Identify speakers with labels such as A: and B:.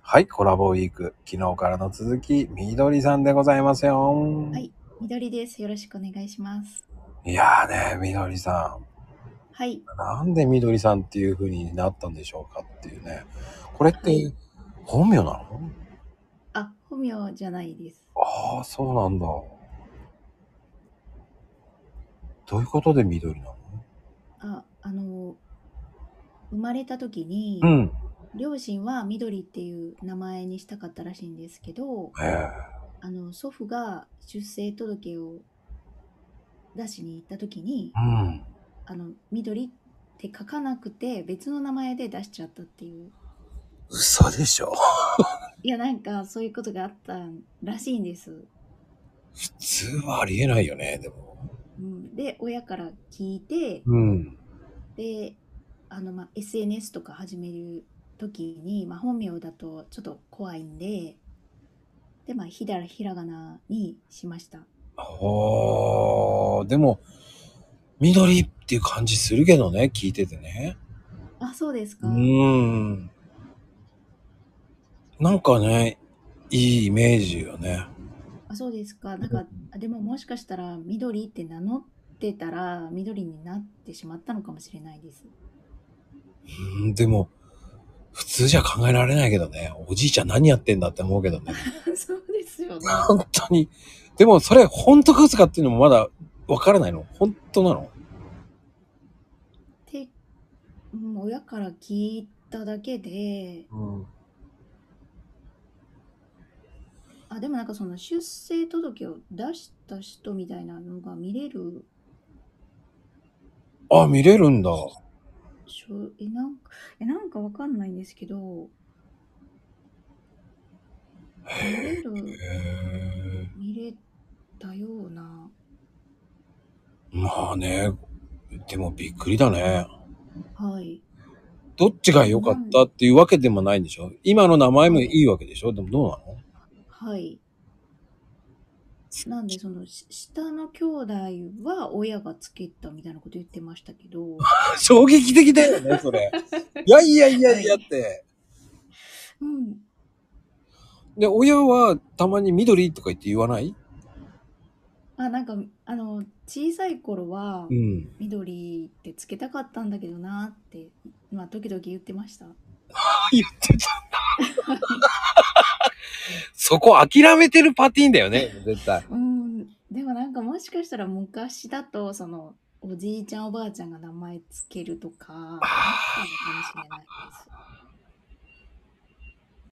A: はい、コラボウィーク。昨日からの続き、みどりさんでございますよ。
B: はい緑です。よろしくお願いします。
A: いやーね、みどりさん。
B: はい。
A: なんでみどりさんっていう風になったんでしょうかっていうね。これって本名なの
B: あ、本名じゃないです。
A: ああ、そうなんだ。どういうことでみどりなの
B: あ、あの、生まれた時に、
A: うん。
B: 両親は緑っていう名前にしたかったらしいんですけど、
A: ええ
B: あの、祖父が出生届を出しに行った時に、
A: うん。
B: あの、緑って書かなくて別の名前で出しちゃったっていう。
A: 嘘でしょ。
B: いや、なんかそういうことがあったらしいんです。
A: 普通はありえないよね、でも。
B: うん、で、親から聞いて、
A: うん。
B: であの、まあ、SNS とか始める時に、まあ、本名だとちょっと怖いんででまあひだらひらがなにしました
A: ほー、でも、緑っていう感じするけどね、聞いててね。
B: あそうです
A: う
B: か、
A: ん。なんかね、いいイメージよね。
B: あそうですかなんかあでももしかしたら緑って名乗ってたら緑になってしまったのかもしれないです
A: うん、でも、普通じゃ考えられないけどね。おじいちゃん何やってんだって思うけど ね。
B: そうですよね
A: 本当に。でも、それ本当か嘘かっていうのもまだわからないの本当なの
B: て、うん、親から聞いただけで
A: うん。
B: あでもなんかその出生届を出した人みたいなのが見れる
A: あ、見れるんだ。
B: しょえなんかえなんかわかんないんですけど見れる
A: へえ。
B: 見れたような
A: まあね、でもびっくりだね。
B: はい
A: どっちが良かったっていうわけでもないんでしょ今の名前もいいわけでしょでもどうなの
B: はいなんでそのし下の兄弟は親がつけたみたいなこと言ってましたけど
A: 衝撃的だよね、そ れ。いやいやいやいやって。
B: うん
A: で、親はたまに緑とか言って言わない
B: あなんかあの小さい頃は
A: ん。
B: 緑ってつけたかったんだけどなってまあ時々言ってました
A: あ、言ってた んだ。そこ諦めてるパティーンだよね、絶 対。
B: うん、でもなんかもしかしたら昔だとそのおじいちゃんおばあちゃんが名前つけるとかあったのかもしれないです。